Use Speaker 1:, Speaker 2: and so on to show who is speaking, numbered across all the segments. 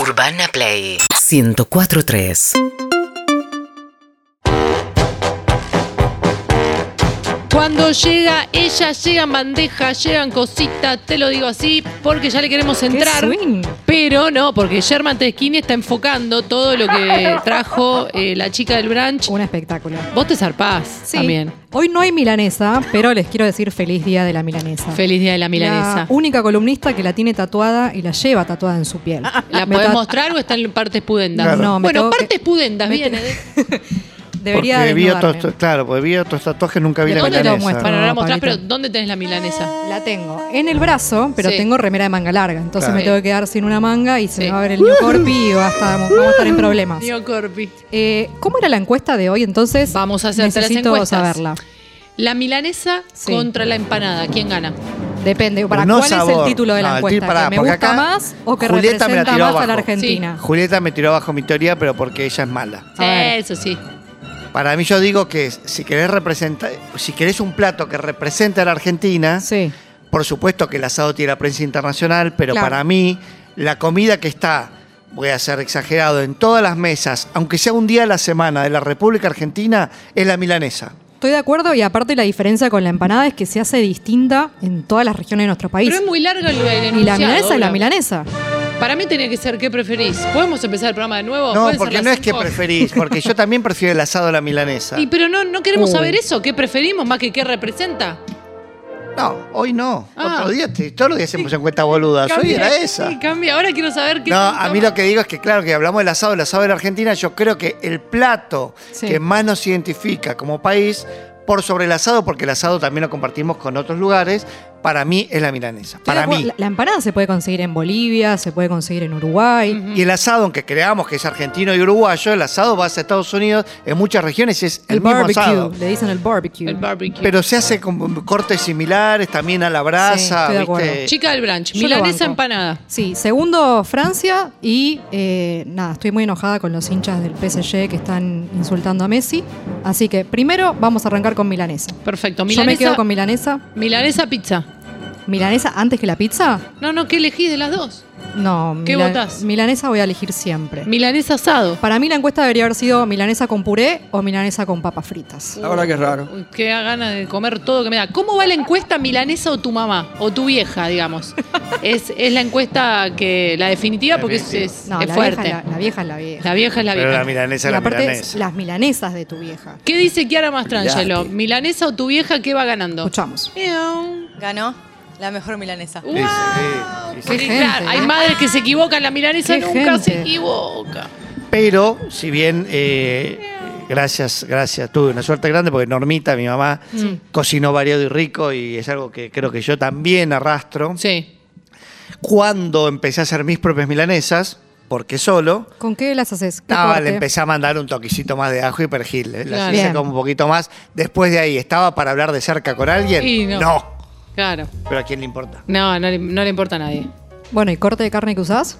Speaker 1: Urbana Play 1043.
Speaker 2: Cuando llega, ella llegan bandeja, llegan cositas, te lo digo así, porque ya le queremos entrar.
Speaker 3: swing.
Speaker 2: Pero no, porque Germán Teschini está enfocando todo lo que trajo eh, la chica del branch.
Speaker 3: Un espectáculo.
Speaker 2: Vos te zarpás
Speaker 3: Sí.
Speaker 2: también.
Speaker 3: Hoy no hay milanesa, pero les quiero decir feliz día de la milanesa.
Speaker 2: Feliz día de la milanesa.
Speaker 3: La única columnista que la tiene tatuada y la lleva tatuada en su piel.
Speaker 2: ¿La
Speaker 3: Me
Speaker 2: podés
Speaker 3: ta-
Speaker 2: mostrar o están en partes pudendas?
Speaker 3: Claro. No, me
Speaker 2: bueno,
Speaker 3: tengo que-
Speaker 2: partes pudendas,
Speaker 3: me-
Speaker 2: viene. ¿eh?
Speaker 3: Debería
Speaker 4: porque vi
Speaker 3: desnudarme.
Speaker 4: otros, claro, porque vi otros tatuajes, nunca vi la
Speaker 2: ¿Dónde
Speaker 3: te lo
Speaker 4: milanesa.
Speaker 3: muestro?
Speaker 2: Para
Speaker 3: No,
Speaker 2: ahora mostrar, pero
Speaker 3: Pablito.
Speaker 2: ¿dónde tenés la milanesa?
Speaker 3: La tengo en el brazo, pero
Speaker 2: Sí.
Speaker 3: tengo remera de manga larga. Entonces
Speaker 4: Claro.
Speaker 3: me tengo que quedar sin una manga y se
Speaker 2: Sí.
Speaker 3: me va a ver el neocorpi y va a estar- vamos a estar en problemas.
Speaker 2: Tío Corpi.
Speaker 3: Eh, ¿Cómo era la encuesta de hoy entonces?
Speaker 2: Vamos a hacer tres
Speaker 3: Necesito
Speaker 2: encuestas.
Speaker 3: saberla.
Speaker 2: La milanesa
Speaker 3: Sí.
Speaker 2: contra la empanada. ¿Quién gana?
Speaker 3: Depende. ¿Para
Speaker 4: No
Speaker 3: cuál es el
Speaker 4: sabor.
Speaker 3: título de la
Speaker 4: No, el ti-
Speaker 3: encuesta?
Speaker 4: pará,
Speaker 3: ¿Que me
Speaker 4: porque
Speaker 3: gusta
Speaker 4: acá
Speaker 3: más o que
Speaker 4: Julieta me la
Speaker 3: representa
Speaker 4: tiró
Speaker 3: más a la
Speaker 4: abajo.
Speaker 3: Argentina?
Speaker 4: Julieta me tiró abajo mi teoría, pero porque ella es mala.
Speaker 3: A ver.
Speaker 2: Eso sí.
Speaker 4: Para mí yo digo que si querés representar, si querés un plato que represente a la Argentina,
Speaker 3: Sí.
Speaker 4: por supuesto que el asado tiene la prensa internacional, pero
Speaker 3: Claro.
Speaker 4: para mí la comida que está, voy a ser exagerado, en todas las mesas, aunque sea un día a la semana de la República Argentina, es la milanesa.
Speaker 3: Estoy de acuerdo y aparte la diferencia con la empanada es que se hace distinta en todas las regiones de nuestro país.
Speaker 2: Pero es muy largo el, el
Speaker 3: y la
Speaker 2: enunciado,
Speaker 3: milanesa es la
Speaker 2: Laura.
Speaker 3: milanesa.
Speaker 2: Para mí tenía que ser ¿qué preferís? ¿Podemos empezar el programa de
Speaker 3: Oh,
Speaker 2: nuevo?
Speaker 4: No,
Speaker 2: ¿Pueden ser
Speaker 4: porque
Speaker 2: las
Speaker 4: no es que
Speaker 2: cinco?
Speaker 4: preferís, porque yo también prefiero el asado a la milanesa.
Speaker 2: Y pero no, no queremos
Speaker 3: Uy.
Speaker 2: saber eso, ¿qué preferimos más que qué representa?
Speaker 4: No, hoy no.
Speaker 2: Ah.
Speaker 4: Otro día, te- todos los días hacemos encuestas boludas. Hoy
Speaker 2: Cambia,
Speaker 4: Ah, era esa.
Speaker 2: Sí, cambia. Ahora quiero saber qué.
Speaker 4: No,
Speaker 2: pregunta
Speaker 4: a mí
Speaker 2: más.
Speaker 4: lo que digo es que, claro, que hablamos del asado, el asado de la Argentina, yo creo que el plato
Speaker 3: Sí.
Speaker 4: que más nos identifica como país por sobre el asado, porque el asado también lo compartimos con otros lugares, para mí es la milanesa.
Speaker 3: Estoy de
Speaker 4: Para
Speaker 3: acuerdo.
Speaker 4: mí.
Speaker 3: La, la empanada se puede conseguir en Bolivia, se puede conseguir en Uruguay.
Speaker 4: Y el asado, aunque creamos que es argentino y uruguayo, el asado va a Estados Unidos en muchas regiones y es el,
Speaker 3: El
Speaker 4: mismo
Speaker 3: barbecue,
Speaker 4: asado.
Speaker 3: le dicen el barbecue.
Speaker 2: El barbecue.
Speaker 4: Pero se hace con cortes similares también a la brasa,
Speaker 3: estoy de acuerdo.
Speaker 4: ¿viste?
Speaker 2: Chica del brunch,
Speaker 3: Yo lo
Speaker 2: milanesa
Speaker 3: banco.
Speaker 2: empanada.
Speaker 3: Sí, segundo Francia y eh, nada, estoy muy enojada con los hinchas del PSG que están insultando a Messi. Así que primero vamos a arrancar con milanesa.
Speaker 2: Perfecto,
Speaker 3: Yo me
Speaker 2: milanesa.
Speaker 3: quedo con milanesa.
Speaker 2: Milanesa pizza.
Speaker 3: ¿Milanesa antes que la pizza?
Speaker 2: No, no, ¿qué elegís de las dos?
Speaker 3: No,
Speaker 2: ¿Qué
Speaker 3: mila-
Speaker 2: votás?
Speaker 3: milanesa voy a elegir siempre.
Speaker 2: Milanesa asado.
Speaker 3: Para mí la encuesta debería haber sido milanesa con puré o milanesa con papas fritas.
Speaker 5: La verdad que es raro.
Speaker 2: Uy, Qué ganas de comer todo que me da. ¿Cómo va la encuesta milanesa o tu mamá? O tu vieja, digamos. es, es la encuesta que. la definitiva porque es, es-
Speaker 3: No,
Speaker 2: es
Speaker 3: la,
Speaker 2: fuerte.
Speaker 3: Vieja, es la, la vieja es la vieja.
Speaker 2: La vieja es la
Speaker 4: Pero
Speaker 2: vieja.
Speaker 4: la
Speaker 3: y
Speaker 4: milanesa es la
Speaker 3: aparte,
Speaker 4: milanesa.
Speaker 3: las milanesas de tu vieja.
Speaker 2: ¿Qué dice Kiara Mastrangelo?
Speaker 5: Olvidate.
Speaker 2: ¿Milanesa o tu vieja qué va ganando?
Speaker 3: Escuchamos.
Speaker 2: Miau.
Speaker 6: Ganó la mejor milanesa.
Speaker 2: Guau.
Speaker 4: Sí, sí, sí,
Speaker 2: Sí,
Speaker 4: sí.
Speaker 3: Qué
Speaker 2: claro,
Speaker 3: gente.
Speaker 2: Hay madres que se equivocan, la milanesa
Speaker 3: Qué
Speaker 2: nunca se
Speaker 3: gente.
Speaker 2: equivoca.
Speaker 4: Pero, si bien, eh, gracias, gracias, tuve una suerte grande porque Normita, mi mamá, cocinó variado y rico y es algo que creo que yo también arrastro.
Speaker 2: Sí.
Speaker 4: Cuando empecé a hacer mis propias milanesas, porque solo,
Speaker 3: ¿Con qué las haces? ¿Qué
Speaker 4: estaba,
Speaker 3: corte?
Speaker 4: le empecé a mandar un toquecito más de ajo y perejil. eh, Las
Speaker 2: Claro.
Speaker 4: hice
Speaker 3: Bien.
Speaker 4: como un poquito más. Después de ahí, ¿estaba para hablar de cerca con alguien?
Speaker 2: Y no.
Speaker 4: no.
Speaker 2: Claro.
Speaker 4: Pero ¿a quién le importa?
Speaker 2: No, no le, no le importa a nadie.
Speaker 3: Bueno, ¿y corte de carne que usás?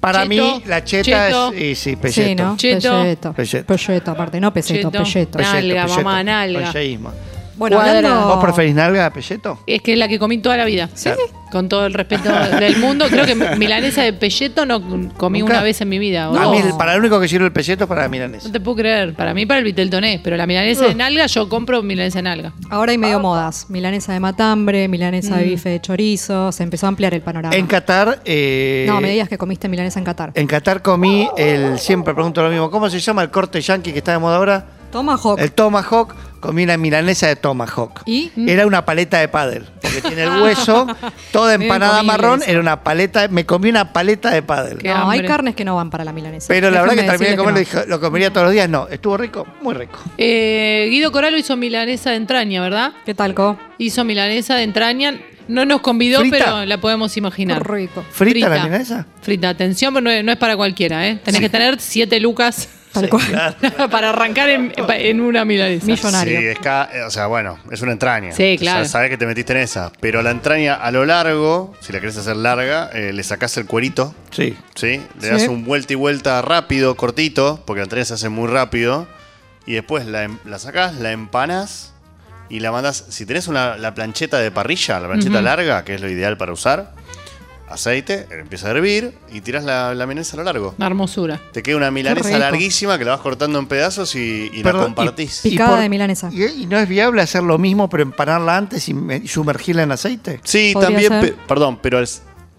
Speaker 4: Para
Speaker 2: Cheto,
Speaker 4: mí, la cheta
Speaker 2: cheto.
Speaker 4: es... Y sí, pelleto.
Speaker 3: Sí, ¿no?
Speaker 2: Cheto.
Speaker 3: Pelleto.
Speaker 4: Pelleto.
Speaker 3: Pelleto, aparte, no peseto,
Speaker 2: Cheto.
Speaker 3: pelleto.
Speaker 2: Nalga,
Speaker 4: pelleto,
Speaker 2: mamá,
Speaker 4: pelleto.
Speaker 2: nalga.
Speaker 4: Polleísmo.
Speaker 3: Bueno,
Speaker 2: Cuadra.
Speaker 3: hablando...
Speaker 4: ¿Vos preferís nalga a pelleto?
Speaker 2: Es que es la que comí toda la vida.
Speaker 3: Sí.
Speaker 2: Con todo el respeto del mundo. Creo que milanesa de pelleto no comí
Speaker 4: Nunca.
Speaker 2: una vez en mi vida.
Speaker 4: A
Speaker 2: boludo.
Speaker 4: mí, el- para lo único que sirve el pelleto es para la milanesa.
Speaker 2: No te puedo creer. Para mí, para el Viteltonés. Pero la milanesa de nalga, yo compro milanesa de nalga.
Speaker 3: Ahora hay medio modas. Milanesa de matambre, milanesa
Speaker 2: Mm.
Speaker 3: de bife de chorizo. Se empezó a ampliar el panorama.
Speaker 4: En Qatar. eh,
Speaker 3: no, me digas que comiste milanesa en Qatar.
Speaker 4: En Qatar comí el. Siempre pregunto lo mismo. ¿Cómo se llama el corte yankee que está de moda ahora?
Speaker 3: Toma Tomahawk.
Speaker 4: El tomahawk. Comí una milanesa de tomahawk.
Speaker 3: ¿Y? Mm.
Speaker 4: Era una paleta de pádel. Porque tiene el hueso, toda
Speaker 3: Medio
Speaker 4: empanada
Speaker 3: incomible
Speaker 4: marrón.
Speaker 3: eso.
Speaker 4: Era una paleta. Me comí una paleta de pádel.
Speaker 2: Qué
Speaker 3: No,
Speaker 2: hambre.
Speaker 3: hay carnes que no van para la milanesa.
Speaker 4: Pero la verdad que
Speaker 3: Déjenme
Speaker 4: terminé de comerlo y
Speaker 3: decirles que
Speaker 4: dije, lo comería todos los días. No, estuvo rico, muy rico.
Speaker 2: Eh, Guido Coralo hizo milanesa de entraña, ¿verdad?
Speaker 3: no. ¿Qué tal, Co?
Speaker 2: Hizo milanesa de entraña. No nos convidó,
Speaker 4: ¿Frita?
Speaker 2: pero la podemos
Speaker 3: Qué
Speaker 2: imaginar.
Speaker 3: rico.
Speaker 4: ¿Frita,
Speaker 2: Frita.
Speaker 4: la milanesa?
Speaker 2: Frita, atención, pero no, es- no es para cualquiera, ¿eh? Tenés que tener siete lucas
Speaker 3: Tal cual.
Speaker 2: para arrancar en, en una milanesa.
Speaker 3: Millonario.
Speaker 7: Sí, es ca- eh, o sea, bueno, es una entraña.
Speaker 2: Sí, claro.
Speaker 7: Ya sabés que te metiste en esa. Pero la entraña a lo largo, si la querés hacer larga, eh, le sacás el cuerito,
Speaker 4: Sí.
Speaker 7: ¿sí? Le
Speaker 3: Sí.
Speaker 7: das un vuelta y vuelta rápido, cortito, porque la entraña se hace muy rápido. Y después la, em- la sacás, la empanás y la mandás. Si tenés una, la plancheta de parrilla, la plancheta larga, que es lo ideal para usar, aceite, empieza a hervir y tiras la, la milanesa a lo largo.
Speaker 2: Una hermosura.
Speaker 7: Te queda una milanesa
Speaker 3: rico.
Speaker 7: larguísima que la vas cortando en pedazos y, y la
Speaker 4: Perdón,
Speaker 7: compartís.
Speaker 3: y- Picada de milanesa.
Speaker 4: Y, y no es viable hacer lo mismo, pero empanarla antes y, me- y sumergirla en aceite.
Speaker 7: sí,
Speaker 3: podría
Speaker 7: también,
Speaker 3: ser.
Speaker 7: pe- perdón, pero al,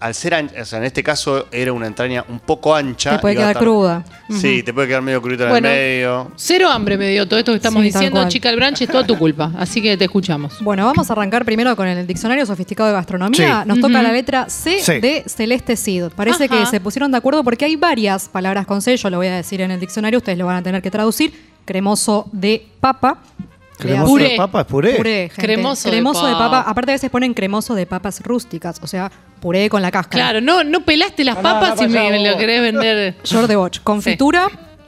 Speaker 7: al ser ancha, o sea, en este caso era una entraña un poco ancha.
Speaker 3: Te puede
Speaker 7: iba a
Speaker 3: quedar
Speaker 7: estar-
Speaker 3: cruda.
Speaker 7: Sí, te puede quedar medio crudito en
Speaker 2: Bueno.
Speaker 7: el medio.
Speaker 2: Cero hambre me dio todo esto que estamos
Speaker 3: Sí, tal
Speaker 2: diciendo,
Speaker 3: cual.
Speaker 2: chica el branch, es toda tu culpa. Así que te escuchamos.
Speaker 3: Bueno, vamos a arrancar primero con el diccionario sofisticado de gastronomía.
Speaker 4: Sí.
Speaker 3: Nos toca la letra C
Speaker 4: Sí.
Speaker 3: de Celeste Cid. Parece
Speaker 2: Ajá.
Speaker 3: que se pusieron de acuerdo porque hay varias palabras con C. Yo lo voy a decir en el diccionario, ustedes lo van a tener que traducir. Cremoso de papa.
Speaker 4: Cremoso
Speaker 2: Puré.
Speaker 4: de papa es puré.
Speaker 3: Puré, gente.
Speaker 2: Cremoso de
Speaker 3: Cremoso de papa.
Speaker 2: papa.
Speaker 3: Aparte a veces ponen cremoso de papas rústicas, o sea, puré con la cáscara.
Speaker 2: Claro, no, no pelaste las papas y me, me lo querés vender.
Speaker 3: Short de Watch. Confitura.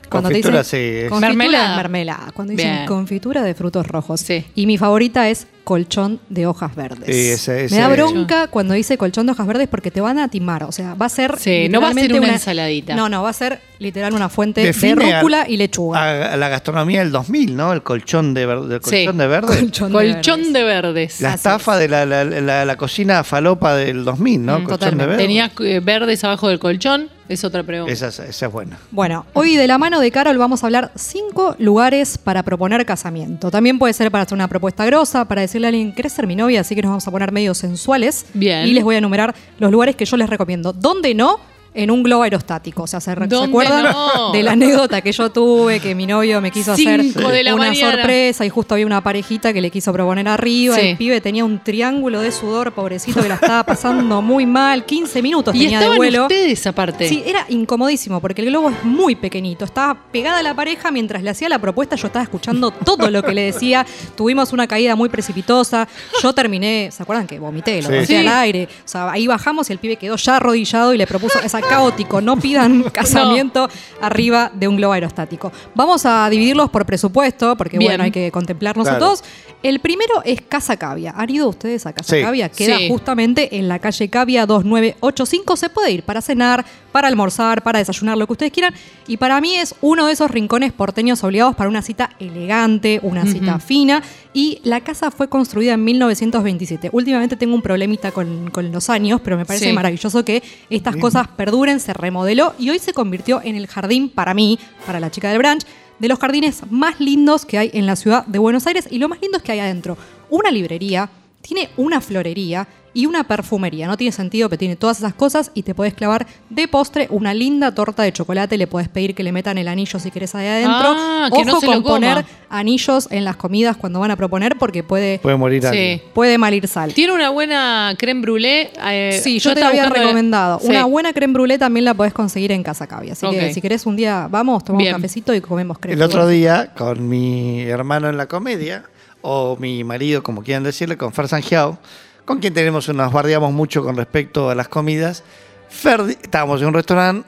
Speaker 3: Cuando te
Speaker 4: Confitura,
Speaker 3: dicen,
Speaker 4: sí, es.
Speaker 3: Confitura
Speaker 2: Mermelada.
Speaker 3: de mermelada. Cuando dicen
Speaker 2: Bien.
Speaker 3: confitura de frutos rojos.
Speaker 2: Sí.
Speaker 3: Y mi favorita es colchón de hojas verdes.
Speaker 4: Sí, ese- ese-
Speaker 3: Me da bronca cuando dice colchón de hojas verdes porque te van a timar. O sea, va a ser.
Speaker 2: Sí, no va a ser
Speaker 3: literalmente
Speaker 2: una ensaladita.
Speaker 3: No, no, va a ser literal una fuente
Speaker 4: Define
Speaker 3: de
Speaker 4: a-
Speaker 3: rúcula y lechuga.
Speaker 4: A, a la gastronomía del 2000, ¿no? El colchón de, ver- del
Speaker 2: Sí.
Speaker 4: colchón de verde.
Speaker 3: Colchón de
Speaker 2: Colchón de verdes.
Speaker 4: la
Speaker 3: Así
Speaker 4: estafa de la, la- la- la cocina falopa del 2000,
Speaker 3: Mm,
Speaker 4: ¿no? colchón de verde.
Speaker 2: Tenías eh, verdes abajo del colchón, es otra pregunta.
Speaker 4: Esa, es- esa es buena.
Speaker 3: Bueno, hoy de la mano de Carol vamos a hablar cinco lugares para proponer casamiento. También puede ser para hacer una propuesta grosa, para decirle a alguien, ¿querés ser mi novia? Así que nos vamos a poner medio sensuales.
Speaker 2: Bien.
Speaker 3: Y les voy a enumerar los lugares que yo les recomiendo. ¿Dónde no? En un globo aerostático. O sea, ¿se, re- ¿se
Speaker 2: ¿Dónde
Speaker 3: acuerdan
Speaker 2: no?
Speaker 3: de la anécdota que yo tuve, que mi novio me quiso
Speaker 2: Cinco
Speaker 3: hacer
Speaker 2: de la
Speaker 3: una
Speaker 2: mañana.
Speaker 3: sorpresa y justo había una parejita que le quiso proponer arriba?
Speaker 2: Sí.
Speaker 3: El pibe tenía un triángulo de sudor, pobrecito, que la estaba pasando muy mal. 15 minutos
Speaker 2: y
Speaker 3: tenía de
Speaker 2: estaban
Speaker 3: vuelo.
Speaker 2: ustedes aparte.
Speaker 3: Sí, era incomodísimo porque el globo es muy pequeñito. Estaba pegada a la pareja mientras le hacía la propuesta. Yo estaba escuchando todo lo que le decía. Tuvimos una caída muy precipitosa. Yo terminé, ¿se acuerdan que vomité? Lo
Speaker 4: Sí.
Speaker 3: vomité
Speaker 2: Sí.
Speaker 3: al aire. O sea, ahí bajamos y el pibe quedó ya arrodillado y le propuso, es caótico, no pidan casamiento arriba de un globo aerostático. Vamos a dividirlos por presupuesto porque,
Speaker 2: Bien.
Speaker 3: bueno, hay que contemplarnos
Speaker 4: Claro.
Speaker 3: a todos. El primero es Casa Cavia. ¿Han ido ustedes a Casa
Speaker 4: Sí.
Speaker 3: Cavia? Queda
Speaker 2: Sí.
Speaker 3: justo justamente en la calle Cavia 2985. Se puede ir para cenar, para almorzar, para desayunar, lo que ustedes quieran. Y para mí es uno de esos rincones porteños obligados para una cita elegante, una cita fina. Y la casa fue construida en 1927. Últimamente tengo un problemita con, con los años, pero me parece
Speaker 2: Sí.
Speaker 3: maravilloso que estas cosas perduren, se remodeló y hoy se convirtió en el jardín para mí, para la chica del branch. De los jardines más lindos que hay en la ciudad de Buenos Aires y lo más lindo es que hay adentro una librería, tiene una florería y una perfumería. No tiene sentido, pero tiene todas esas cosas y te podés clavar de postre una linda torta de chocolate. Le podés pedir que le metan el anillo si querés ahí adentro.
Speaker 2: Ah,
Speaker 3: Ojo
Speaker 2: que no se lo
Speaker 3: con poner
Speaker 2: coma.
Speaker 3: anillos en las comidas cuando van a proponer porque puede,
Speaker 4: Puede morir
Speaker 2: Sí.
Speaker 4: alguien.
Speaker 3: puede mal ir sal.
Speaker 2: Tiene una buena creme brûlée. eh,
Speaker 3: Sí, yo, te la
Speaker 2: estaba
Speaker 3: había
Speaker 2: buscando-
Speaker 3: recomendado.
Speaker 2: Sí.
Speaker 3: Una buena creme brûlée también la podés conseguir en Casa Cavia. Así
Speaker 2: Ok.
Speaker 3: que si querés un día vamos, tomamos
Speaker 2: Bien.
Speaker 3: un cafecito y comemos creme
Speaker 4: El otro
Speaker 3: brûlée.
Speaker 4: día, con mi hermano en la comedia, o mi marido, como quieran decirle, con Fer Sanjiao, con quien tenemos, nos bardeamos mucho con respecto a las comidas. Fer, di- estábamos en un restaurante,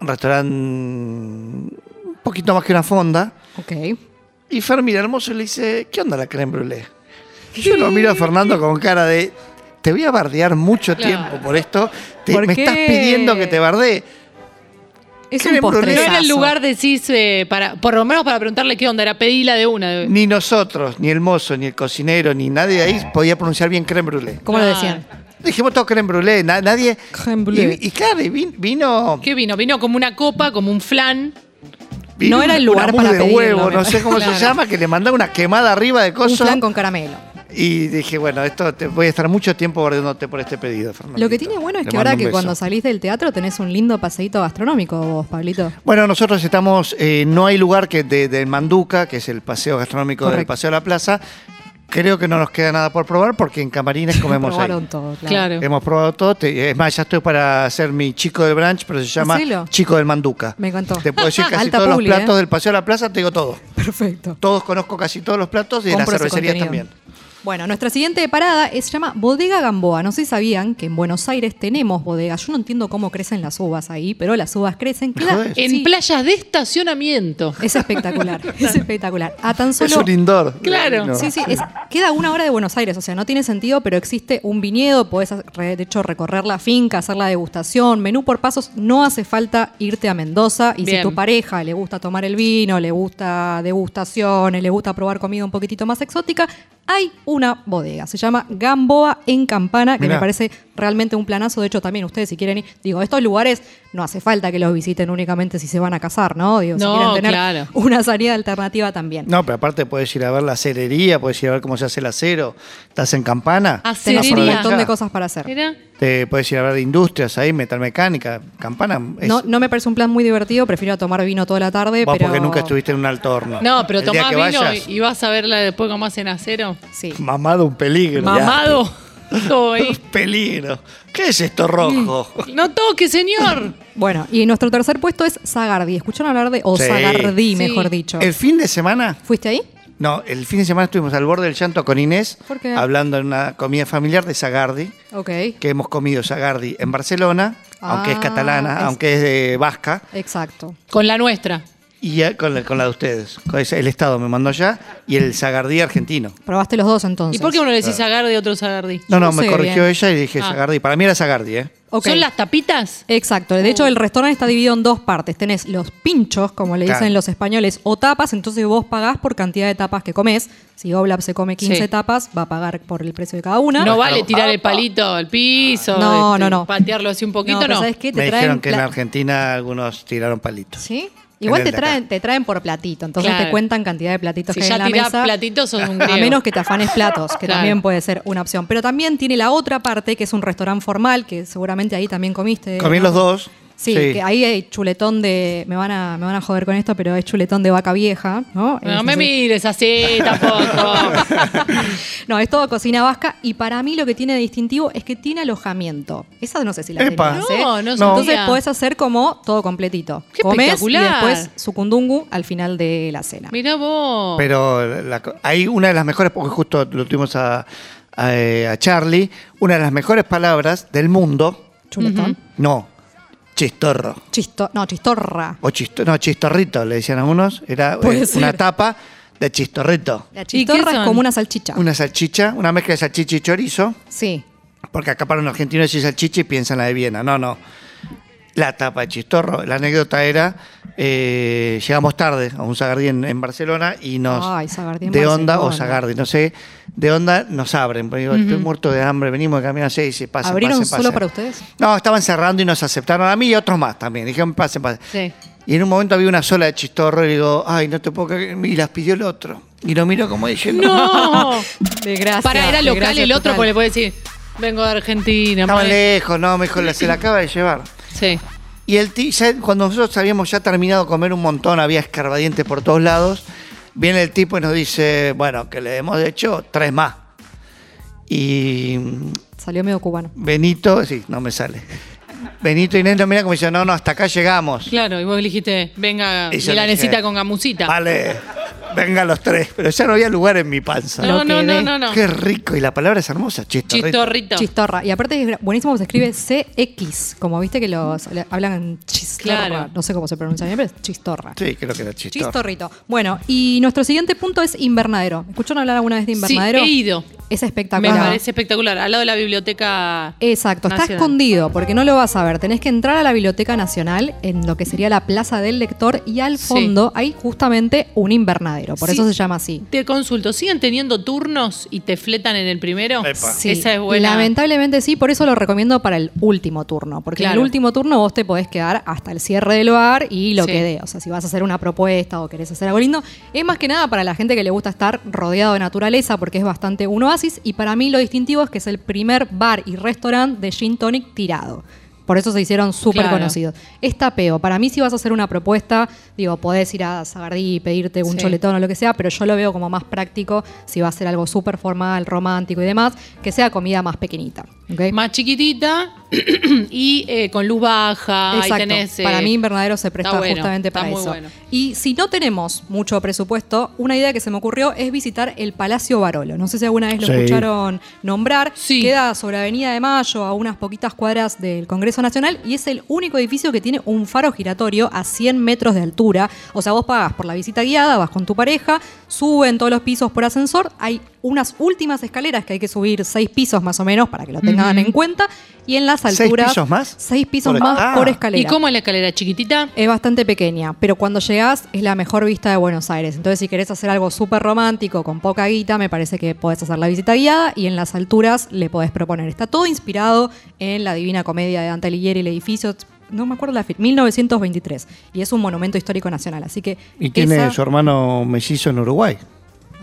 Speaker 4: un restaurante un poquito más que una fonda,
Speaker 3: Ok.
Speaker 4: y Fer mira hermoso y le dice, ¿qué onda la creme brûlée? Y yo lo miro a Fernando con cara de, te voy a bardear mucho
Speaker 2: Claro.
Speaker 4: tiempo por esto, te-
Speaker 3: ¿Por
Speaker 4: me
Speaker 3: qué?
Speaker 4: estás pidiendo que te bardee.
Speaker 3: Es
Speaker 4: Creme
Speaker 3: un postre.
Speaker 4: brûlée.
Speaker 2: No era el lugar, decís, eh, para, por lo menos para preguntarle qué onda, era pedirla de una.
Speaker 3: Mm.
Speaker 2: de-
Speaker 4: Ni nosotros, ni el mozo, ni el cocinero, ni nadie de ahí podía pronunciar bien creme brûlée.
Speaker 3: ¿Cómo
Speaker 2: Ah.
Speaker 3: lo decían?
Speaker 4: Dijimos todo creme brûlée, na- nadie.
Speaker 3: Creme brûlée.
Speaker 4: Y, y claro, y vin- vino.
Speaker 2: ¿Qué vino? Vino como una copa, como un flan.
Speaker 4: vino
Speaker 3: No era el
Speaker 4: una
Speaker 3: lugar
Speaker 4: mousse
Speaker 3: para
Speaker 4: de
Speaker 3: pedirlo,
Speaker 4: huevo,
Speaker 3: me
Speaker 4: no sé cómo
Speaker 3: parece.
Speaker 4: se llama, que le mandaba una quemada arriba de
Speaker 3: Un
Speaker 4: coso.
Speaker 3: flan con caramelo.
Speaker 4: Y dije, bueno, esto te voy a estar mucho tiempo guardándote por este pedido, Fernando.
Speaker 3: Lo que tiene bueno es que ahora que cuando salís del teatro tenés un lindo paseíto gastronómico vos, Pablito.
Speaker 4: Bueno, nosotros estamos, eh, no hay lugar que de, del Manduca, que es el paseo gastronómico del
Speaker 3: Correcto.
Speaker 4: Paseo de la Plaza. Creo que no nos queda nada por probar porque en Camarines comemos ahí.
Speaker 3: Probaron todo, claro.
Speaker 2: Claro.
Speaker 4: Hemos probado todo. te- eh, es más, ya estoy para hacer mi chico del branch, pero se llama
Speaker 3: Hacelo.
Speaker 4: Chico del Manduca.
Speaker 3: Me encantó.
Speaker 4: Te puedo decir casi
Speaker 3: Alta
Speaker 4: todos
Speaker 3: publi,
Speaker 4: los platos
Speaker 3: ¿eh?
Speaker 4: del Paseo de la Plaza, te digo todo.
Speaker 3: Perfecto.
Speaker 4: Todos conozco casi todos los platos y de las
Speaker 3: Compro ese
Speaker 4: cervecerías
Speaker 3: contenido.
Speaker 4: también.
Speaker 3: Bueno, nuestra siguiente parada es, se llama Bodega Gamboa. No sé si sabían que en Buenos Aires tenemos bodegas. Yo no entiendo cómo crecen las uvas ahí, pero las uvas crecen. Queda-
Speaker 4: jodés.
Speaker 2: En
Speaker 3: Sí,
Speaker 2: playas de estacionamiento.
Speaker 3: Es espectacular, es espectacular. A tan solo
Speaker 4: Es un indoor.
Speaker 2: Claro.
Speaker 4: No.
Speaker 3: Sí, sí, es- queda una hora de Buenos Aires, o sea, no tiene sentido, pero existe un viñedo, podés hacer- de hecho recorrer la finca, hacer la degustación, menú por pasos, no hace falta irte a Mendoza y
Speaker 2: Bien.
Speaker 3: si tu pareja le gusta tomar el vino, le gusta degustaciones, le gusta probar comida un poquitito más exótica, hay una bodega. Se llama Gamboa en Campana, que
Speaker 4: Mirá.
Speaker 3: me parece realmente un planazo. De hecho, también ustedes, si quieren ir, digo, estos lugares no hace falta que los visiten únicamente si se van a casar, ¿no? Digo, si
Speaker 2: No,
Speaker 3: quieren tener
Speaker 2: claro.
Speaker 3: una salida alternativa también.
Speaker 4: No, pero aparte puedes ir a ver la cerería, puedes ir a ver cómo se hace el acero. Estás en Campana.
Speaker 3: Tenés Ah, un
Speaker 2: Acerería.
Speaker 3: montón de cosas para hacer.
Speaker 2: Mirá.
Speaker 4: Te puedes ir a ver industrias ahí, metalmecánica. Campana es.
Speaker 3: No, no me parece un plan muy divertido, prefiero tomar vino toda la tarde,
Speaker 4: vos
Speaker 3: pero...
Speaker 4: porque nunca estuviste en un alto horno.
Speaker 2: No, pero
Speaker 4: El día
Speaker 2: tomás
Speaker 4: que
Speaker 2: vino
Speaker 4: vayas,
Speaker 2: y y vas a verla después como hacen acero.
Speaker 3: Sí.
Speaker 4: Mamado un peligro.
Speaker 2: Mamado. Todo ahí.
Speaker 4: Un peligro. ¿Qué es esto rojo?
Speaker 3: Mm.
Speaker 2: No toque, señor.
Speaker 3: Bueno, y nuestro tercer puesto es Zagardi. ¿Escucharon hablar de...? O
Speaker 4: Sí.
Speaker 3: Zagardi,
Speaker 2: Sí.
Speaker 3: mejor dicho.
Speaker 4: El fin de semana
Speaker 3: ¿Fuiste ahí?
Speaker 4: No, el fin de semana estuvimos al borde del llanto con Inés,
Speaker 3: ¿Por qué?
Speaker 4: hablando en una comida familiar de Sagardi,
Speaker 3: Ok.
Speaker 4: que hemos comido Sagardi en Barcelona,
Speaker 3: Ah,
Speaker 4: aunque es catalana,
Speaker 3: es-
Speaker 4: aunque es de vasca,
Speaker 3: Exacto.
Speaker 2: Con la nuestra.
Speaker 4: y eh, con la, con la de ustedes. Con esa- El Estado me mandó allá, y el Sagardí argentino.
Speaker 3: Probaste los dos entonces.
Speaker 2: ¿Y por qué uno le decís Sagardi y otro Sagardi?
Speaker 4: No,
Speaker 3: Yo
Speaker 4: no,
Speaker 3: no
Speaker 4: me
Speaker 3: sé
Speaker 4: corrigió
Speaker 3: bien.
Speaker 4: ella y dije
Speaker 2: Ah.
Speaker 4: Sagardi. Para mí era Sagardi, ¿eh?
Speaker 3: Ok.
Speaker 2: ¿Son las tapitas?
Speaker 3: Exacto, de hecho el restaurante está dividido en dos partes. Tenés los pinchos, como le
Speaker 4: Claro.
Speaker 3: dicen los españoles, o tapas, entonces vos pagás por cantidad de tapas que comes. Si Oblap se come 15
Speaker 2: Sí.
Speaker 3: tapas, va a pagar por el precio de cada una.
Speaker 2: No vale tirar el palito al piso,
Speaker 3: No,
Speaker 2: este,
Speaker 3: no, no.
Speaker 2: patearlo así un poquito,
Speaker 3: pero
Speaker 2: no.
Speaker 3: ¿sabes qué? Te
Speaker 4: Me
Speaker 3: traen
Speaker 4: dijeron que en
Speaker 3: pla-
Speaker 4: la Argentina algunos tiraron palitos.
Speaker 3: ¿Sí?
Speaker 4: En
Speaker 3: Igual
Speaker 4: el
Speaker 3: te
Speaker 4: de acá.
Speaker 3: traen, te traen por platito, entonces
Speaker 2: Claro.
Speaker 3: te cuentan cantidad de platitos
Speaker 2: Si
Speaker 3: que hay en
Speaker 2: ya
Speaker 3: la
Speaker 2: tirás
Speaker 3: mesa.
Speaker 2: platitos, sos un griego.
Speaker 3: A menos que te afanes platos, que
Speaker 2: Claro.
Speaker 3: también puede ser una opción. Pero también tiene la otra parte, que es un restaurante formal, que seguramente ahí también comiste.
Speaker 4: Comí
Speaker 3: ¿no?
Speaker 4: los dos.
Speaker 3: Sí, que ahí hay chuletón de. Me van, a, me van a joder con esto, pero es chuletón de vaca vieja, ¿no?
Speaker 2: No
Speaker 3: Es
Speaker 2: me
Speaker 3: así.
Speaker 2: mires así tampoco.
Speaker 3: No, es todo cocina vasca y para mí lo que tiene de distintivo es que tiene alojamiento. Esa no sé si la
Speaker 4: Epa.
Speaker 3: tenías, ¿eh?
Speaker 2: No, no,
Speaker 4: No.
Speaker 3: Entonces
Speaker 2: sabía.
Speaker 3: podés hacer como todo completito.
Speaker 2: Qué
Speaker 3: Comes
Speaker 2: espectacular.
Speaker 3: y después sucundungu al final de la cena.
Speaker 2: Mirá vos.
Speaker 4: Pero la co- hay una de las mejores, porque justo lo tuvimos a, a, eh, a Charlie, una de las mejores palabras del mundo.
Speaker 3: Chuletón.
Speaker 4: No, chistorro.
Speaker 3: Chisto, no, chistorra.
Speaker 4: O chisto, no, chistorrito, le decían algunos. Era
Speaker 3: Puede
Speaker 4: eh,
Speaker 3: ser.
Speaker 4: una tapa de chistorrito.
Speaker 3: La
Speaker 2: ¿Y qué
Speaker 3: chistorra es
Speaker 2: son?
Speaker 3: como una salchicha.
Speaker 4: Una salchicha, una mezcla de salchicha y chorizo.
Speaker 3: Sí.
Speaker 4: Porque acá para un argentino decís salchicha y piensan la de Viena. No, no. La tapa de chistorro. La anécdota era, eh, llegamos tarde a un Sagardí en, en Barcelona y nos...
Speaker 3: Ay, Sagardí en
Speaker 4: De onda o
Speaker 3: Barcelona.
Speaker 4: Sagardi, no sé. De onda nos abren. Porque digo, estoy muerto de hambre, venimos de camino a seis y pasen,
Speaker 3: ¿Abrieron
Speaker 4: pasen,
Speaker 3: solo
Speaker 4: pasen.
Speaker 3: para ustedes?
Speaker 4: No, estaban cerrando y nos aceptaron a mí y otros más también. Dijeron, pasen, pasen.
Speaker 2: Sí.
Speaker 4: Y en un momento había una sola de chistorro y digo, ay, no te puedo creer. Y las pidió el otro. Y lo miro como diciendo,
Speaker 2: No.
Speaker 3: Desgracia.
Speaker 2: Para, era local
Speaker 3: desgracia
Speaker 2: el otro,
Speaker 3: total.
Speaker 2: porque le puedes decir, vengo de Argentina.
Speaker 4: estaba
Speaker 2: madre".
Speaker 4: lejos, no, me dijo, "la- se la acaba de llevar.
Speaker 2: Sí.
Speaker 4: Y el ti- ya cuando nosotros habíamos ya terminado de comer un montón, había escarbadientes por todos lados, viene el tipo y nos dice, bueno, que le hemos hecho tres más. Y mm,
Speaker 3: Salió medio cubano.
Speaker 4: Benito, sí, no me sale. Benito Inés lo mira como diciendo, no, no, hasta acá llegamos.
Speaker 2: Claro, y vos le dijiste, venga,
Speaker 4: Y yo le
Speaker 2: milanesita
Speaker 4: dije,
Speaker 2: con gamusita.
Speaker 4: Vale, vengan los tres. Pero ya no había lugar en mi panza.
Speaker 2: No,
Speaker 3: lo
Speaker 2: no,
Speaker 3: que
Speaker 2: no,
Speaker 3: dé.
Speaker 2: no, no.
Speaker 4: Qué rico. Y la palabra es hermosa, chistorrito.
Speaker 2: Chistorrito.
Speaker 3: Chistorra. Y aparte es buenísimo, se escribe CX, como viste que los le- hablan chistorra.
Speaker 2: Claro.
Speaker 3: No sé cómo se pronuncia bien, pero es chistorra.
Speaker 4: Sí, creo que era chistorro.
Speaker 3: Chistorrito. Bueno, y nuestro siguiente punto es invernadero. ¿Escucharon hablar alguna vez de invernadero?
Speaker 2: Sí, he ido.
Speaker 3: Es
Speaker 2: Me
Speaker 3: espectacular.
Speaker 2: parece espectacular. Al lado de la biblioteca.
Speaker 3: Exacto, está
Speaker 2: Nacional.
Speaker 3: escondido porque no lo vas a ver. Tenés que entrar a la Biblioteca Nacional en lo que sería la Plaza del Lector y al
Speaker 2: Sí.
Speaker 3: fondo hay justamente un invernadero. Por
Speaker 2: Sí.
Speaker 3: eso se llama así.
Speaker 2: Te consulto, ¿siguen teniendo turnos y te fletan en el primero?
Speaker 4: Epa.
Speaker 3: Sí,
Speaker 2: Esa es buena.
Speaker 3: Lamentablemente sí, por eso lo recomiendo para el último turno. Porque en
Speaker 2: Claro.
Speaker 3: el último turno vos te podés quedar hasta el cierre del bar y lo
Speaker 2: Sí.
Speaker 3: que dé. O sea, si vas a hacer una propuesta o querés hacer algo lindo, es más que nada para la gente que le gusta estar rodeado de naturaleza porque es bastante un oasis. Y para mí lo distintivo es que es el primer bar y restaurante de Gin Tonic tirado. Por eso se hicieron súper
Speaker 2: Claro.
Speaker 3: conocidos. Es tapeo. Para mí, si vas a hacer una propuesta, digo, podés ir a Sagardí y pedirte un
Speaker 2: Sí.
Speaker 3: choletón o lo que sea, pero yo lo veo como más práctico si va a ser algo súper formal, romántico y demás, que sea comida más pequeñita. ¿ok?
Speaker 2: Más chiquitita y eh, con luz baja. Ahí
Speaker 3: Exacto.
Speaker 2: tenés, eh,
Speaker 3: para mí invernadero se presta
Speaker 2: está bueno,
Speaker 3: justamente
Speaker 2: está
Speaker 3: para
Speaker 2: muy
Speaker 3: eso.
Speaker 2: bueno.
Speaker 3: Y si no tenemos mucho presupuesto, una idea que se me ocurrió es visitar el Palacio Barolo. No sé si alguna vez lo
Speaker 4: Sí.
Speaker 3: escucharon nombrar.
Speaker 2: Sí.
Speaker 3: Queda sobre Avenida de Mayo, a unas poquitas cuadras del Congreso Nacional, y es el único edificio que tiene un faro giratorio a 100 metros de altura. O sea, vos pagás por la visita guiada, vas con tu pareja, suben todos los pisos por ascensor, hay unas últimas escaleras que hay que subir seis pisos más o menos para que lo tengan en cuenta. Y en las
Speaker 4: ¿Seis
Speaker 3: alturas.
Speaker 4: pisos más?
Speaker 3: Seis pisos
Speaker 4: Por-
Speaker 3: más
Speaker 4: Ah.
Speaker 3: por escalera.
Speaker 2: ¿Y cómo es la escalera chiquitita?
Speaker 3: Es bastante pequeña, pero cuando llegás es la mejor vista de Buenos Aires. Entonces, si querés hacer algo súper romántico, con poca guita, me parece que podés hacer la visita guiada y en las alturas le podés proponer. Está todo inspirado en la divina comedia de Dante Alighieri, el edificio, no me acuerdo la fecha, 1923. Y es un monumento histórico nacional. Así que.
Speaker 4: Y tiene
Speaker 3: esa-
Speaker 4: su hermano mellizo en Uruguay.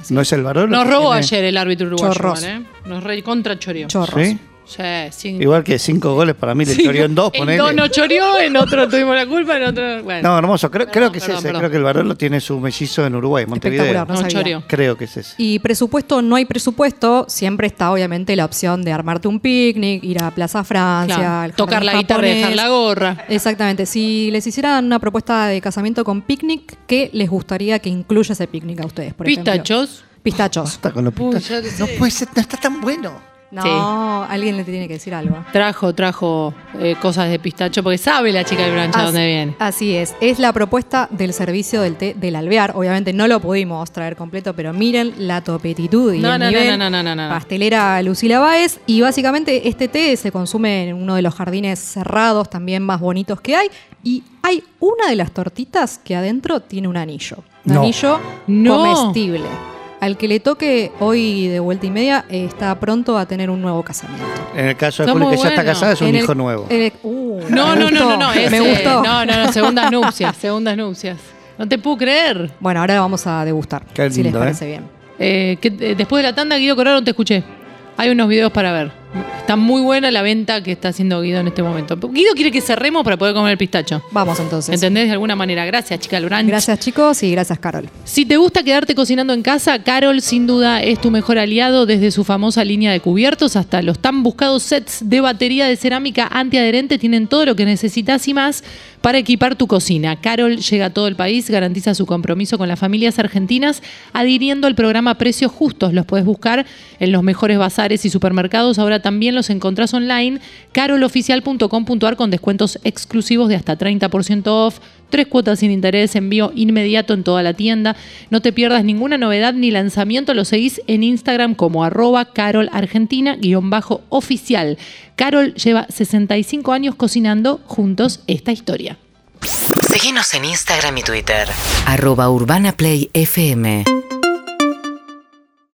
Speaker 4: ¿No es el varón?
Speaker 2: Nos robó
Speaker 4: Tiene-
Speaker 2: ayer el árbitro uruguayo.
Speaker 3: Chorros.
Speaker 2: igual, ¿eh? Nos re contra choreó.
Speaker 3: Chorros.
Speaker 4: ¿Sí?
Speaker 2: Sí, sin-
Speaker 4: Igual que cinco goles para mí, le choreó en dos,
Speaker 2: En
Speaker 4: ponele.
Speaker 2: dos nos choreó, en otro tuvimos la culpa, en otro. Bueno,
Speaker 4: No, hermoso. Creo, creo que es
Speaker 2: perdón,
Speaker 4: ese.
Speaker 2: perdón.
Speaker 4: Creo que el varón lo tiene su mellizo en Uruguay, Montevideo.
Speaker 3: Espectacular, no,
Speaker 2: No
Speaker 3: sabía.
Speaker 2: choreó.
Speaker 4: Creo que es ese.
Speaker 3: Y presupuesto, no hay presupuesto, siempre está obviamente la opción de armarte un picnic, ir a Plaza Francia,
Speaker 2: Claro,
Speaker 3: al jardín
Speaker 2: tocar la guitarra y
Speaker 3: japonés.
Speaker 2: dejar la gorra.
Speaker 3: Exactamente, si les hicieran una propuesta de casamiento con picnic, ¿qué les gustaría que incluya ese picnic a ustedes? Por ejemplo?
Speaker 2: Pistachos.
Speaker 3: Pistachos.
Speaker 4: Está con los
Speaker 2: Uy, ya
Speaker 4: pistachos.
Speaker 2: que
Speaker 4: No
Speaker 2: sé.
Speaker 4: puede ser, no está tan bueno.
Speaker 3: No,
Speaker 2: Sí.
Speaker 3: alguien le tiene que decir algo.
Speaker 2: Trajo, trajo eh, cosas de pistacho, porque sabe la chica del
Speaker 3: Ah,
Speaker 2: brancha dónde viene.
Speaker 3: así es, es la propuesta del servicio del té del alvear. Obviamente no lo pudimos traer completo, pero miren la topetitud y
Speaker 2: No,
Speaker 3: el
Speaker 2: no, no,
Speaker 3: nivel.
Speaker 2: no, no, no, no, no.
Speaker 3: Pastelera Lucila Báez. Y básicamente este té se consume en uno de los jardines cerrados, también más bonitos que hay. Y hay una de las tortitas que adentro tiene un anillo. Un
Speaker 4: No.
Speaker 3: anillo
Speaker 2: No.
Speaker 3: comestible. Al que le toque hoy de vuelta y media eh, está pronto a tener un nuevo casamiento.
Speaker 4: En el caso de
Speaker 2: Está
Speaker 4: Juli,
Speaker 2: muy
Speaker 4: que ya está
Speaker 2: bueno.
Speaker 4: casada, es un
Speaker 3: En el-
Speaker 4: hijo nuevo.
Speaker 3: en el- uh,
Speaker 2: No, no,
Speaker 3: me
Speaker 2: no,
Speaker 3: gustó,
Speaker 2: no, no.
Speaker 3: Me
Speaker 2: ese-
Speaker 3: gustó.
Speaker 2: No, no, no, segundas nupcias, segundas nupcias. No te puedo creer.
Speaker 3: Bueno, ahora vamos a degustar.
Speaker 4: Qué
Speaker 3: si les
Speaker 4: lindo,
Speaker 3: parece bien.
Speaker 2: Eh, que, eh, después de la tanda, Guido Corrado, no te escuché. Hay unos videos para ver. Está muy buena la venta que está haciendo Guido en este momento. Guido quiere que cerremos para poder comer el pistacho.
Speaker 3: Vamos entonces.
Speaker 2: ¿Entendés de alguna manera? Gracias, chica Lurán.
Speaker 3: Gracias chicos y gracias Carol.
Speaker 2: Si te gusta quedarte cocinando en casa, Carol sin duda es tu mejor aliado desde su famosa línea de cubiertos hasta los tan buscados sets de batería de cerámica antiadherente. Tienen todo lo que necesitas y más para equipar tu cocina. Carol llega a todo el país, garantiza su compromiso con las familias argentinas adhiriendo al programa Precios Justos. Los puedes buscar en los mejores bazares y supermercados. Ahora también los encontrás online. caroloficial.com.ar con descuentos exclusivos de hasta 30% off. Tres cuotas sin interés, envío inmediato en toda la tienda. No te pierdas ninguna novedad ni lanzamiento. Lo seguís en Instagram como arroba carolargentina-oficial. Carol lleva 65 años cocinando juntos esta historia.
Speaker 1: Seguinos en Instagram y Twitter. Arroba Urbana Play FM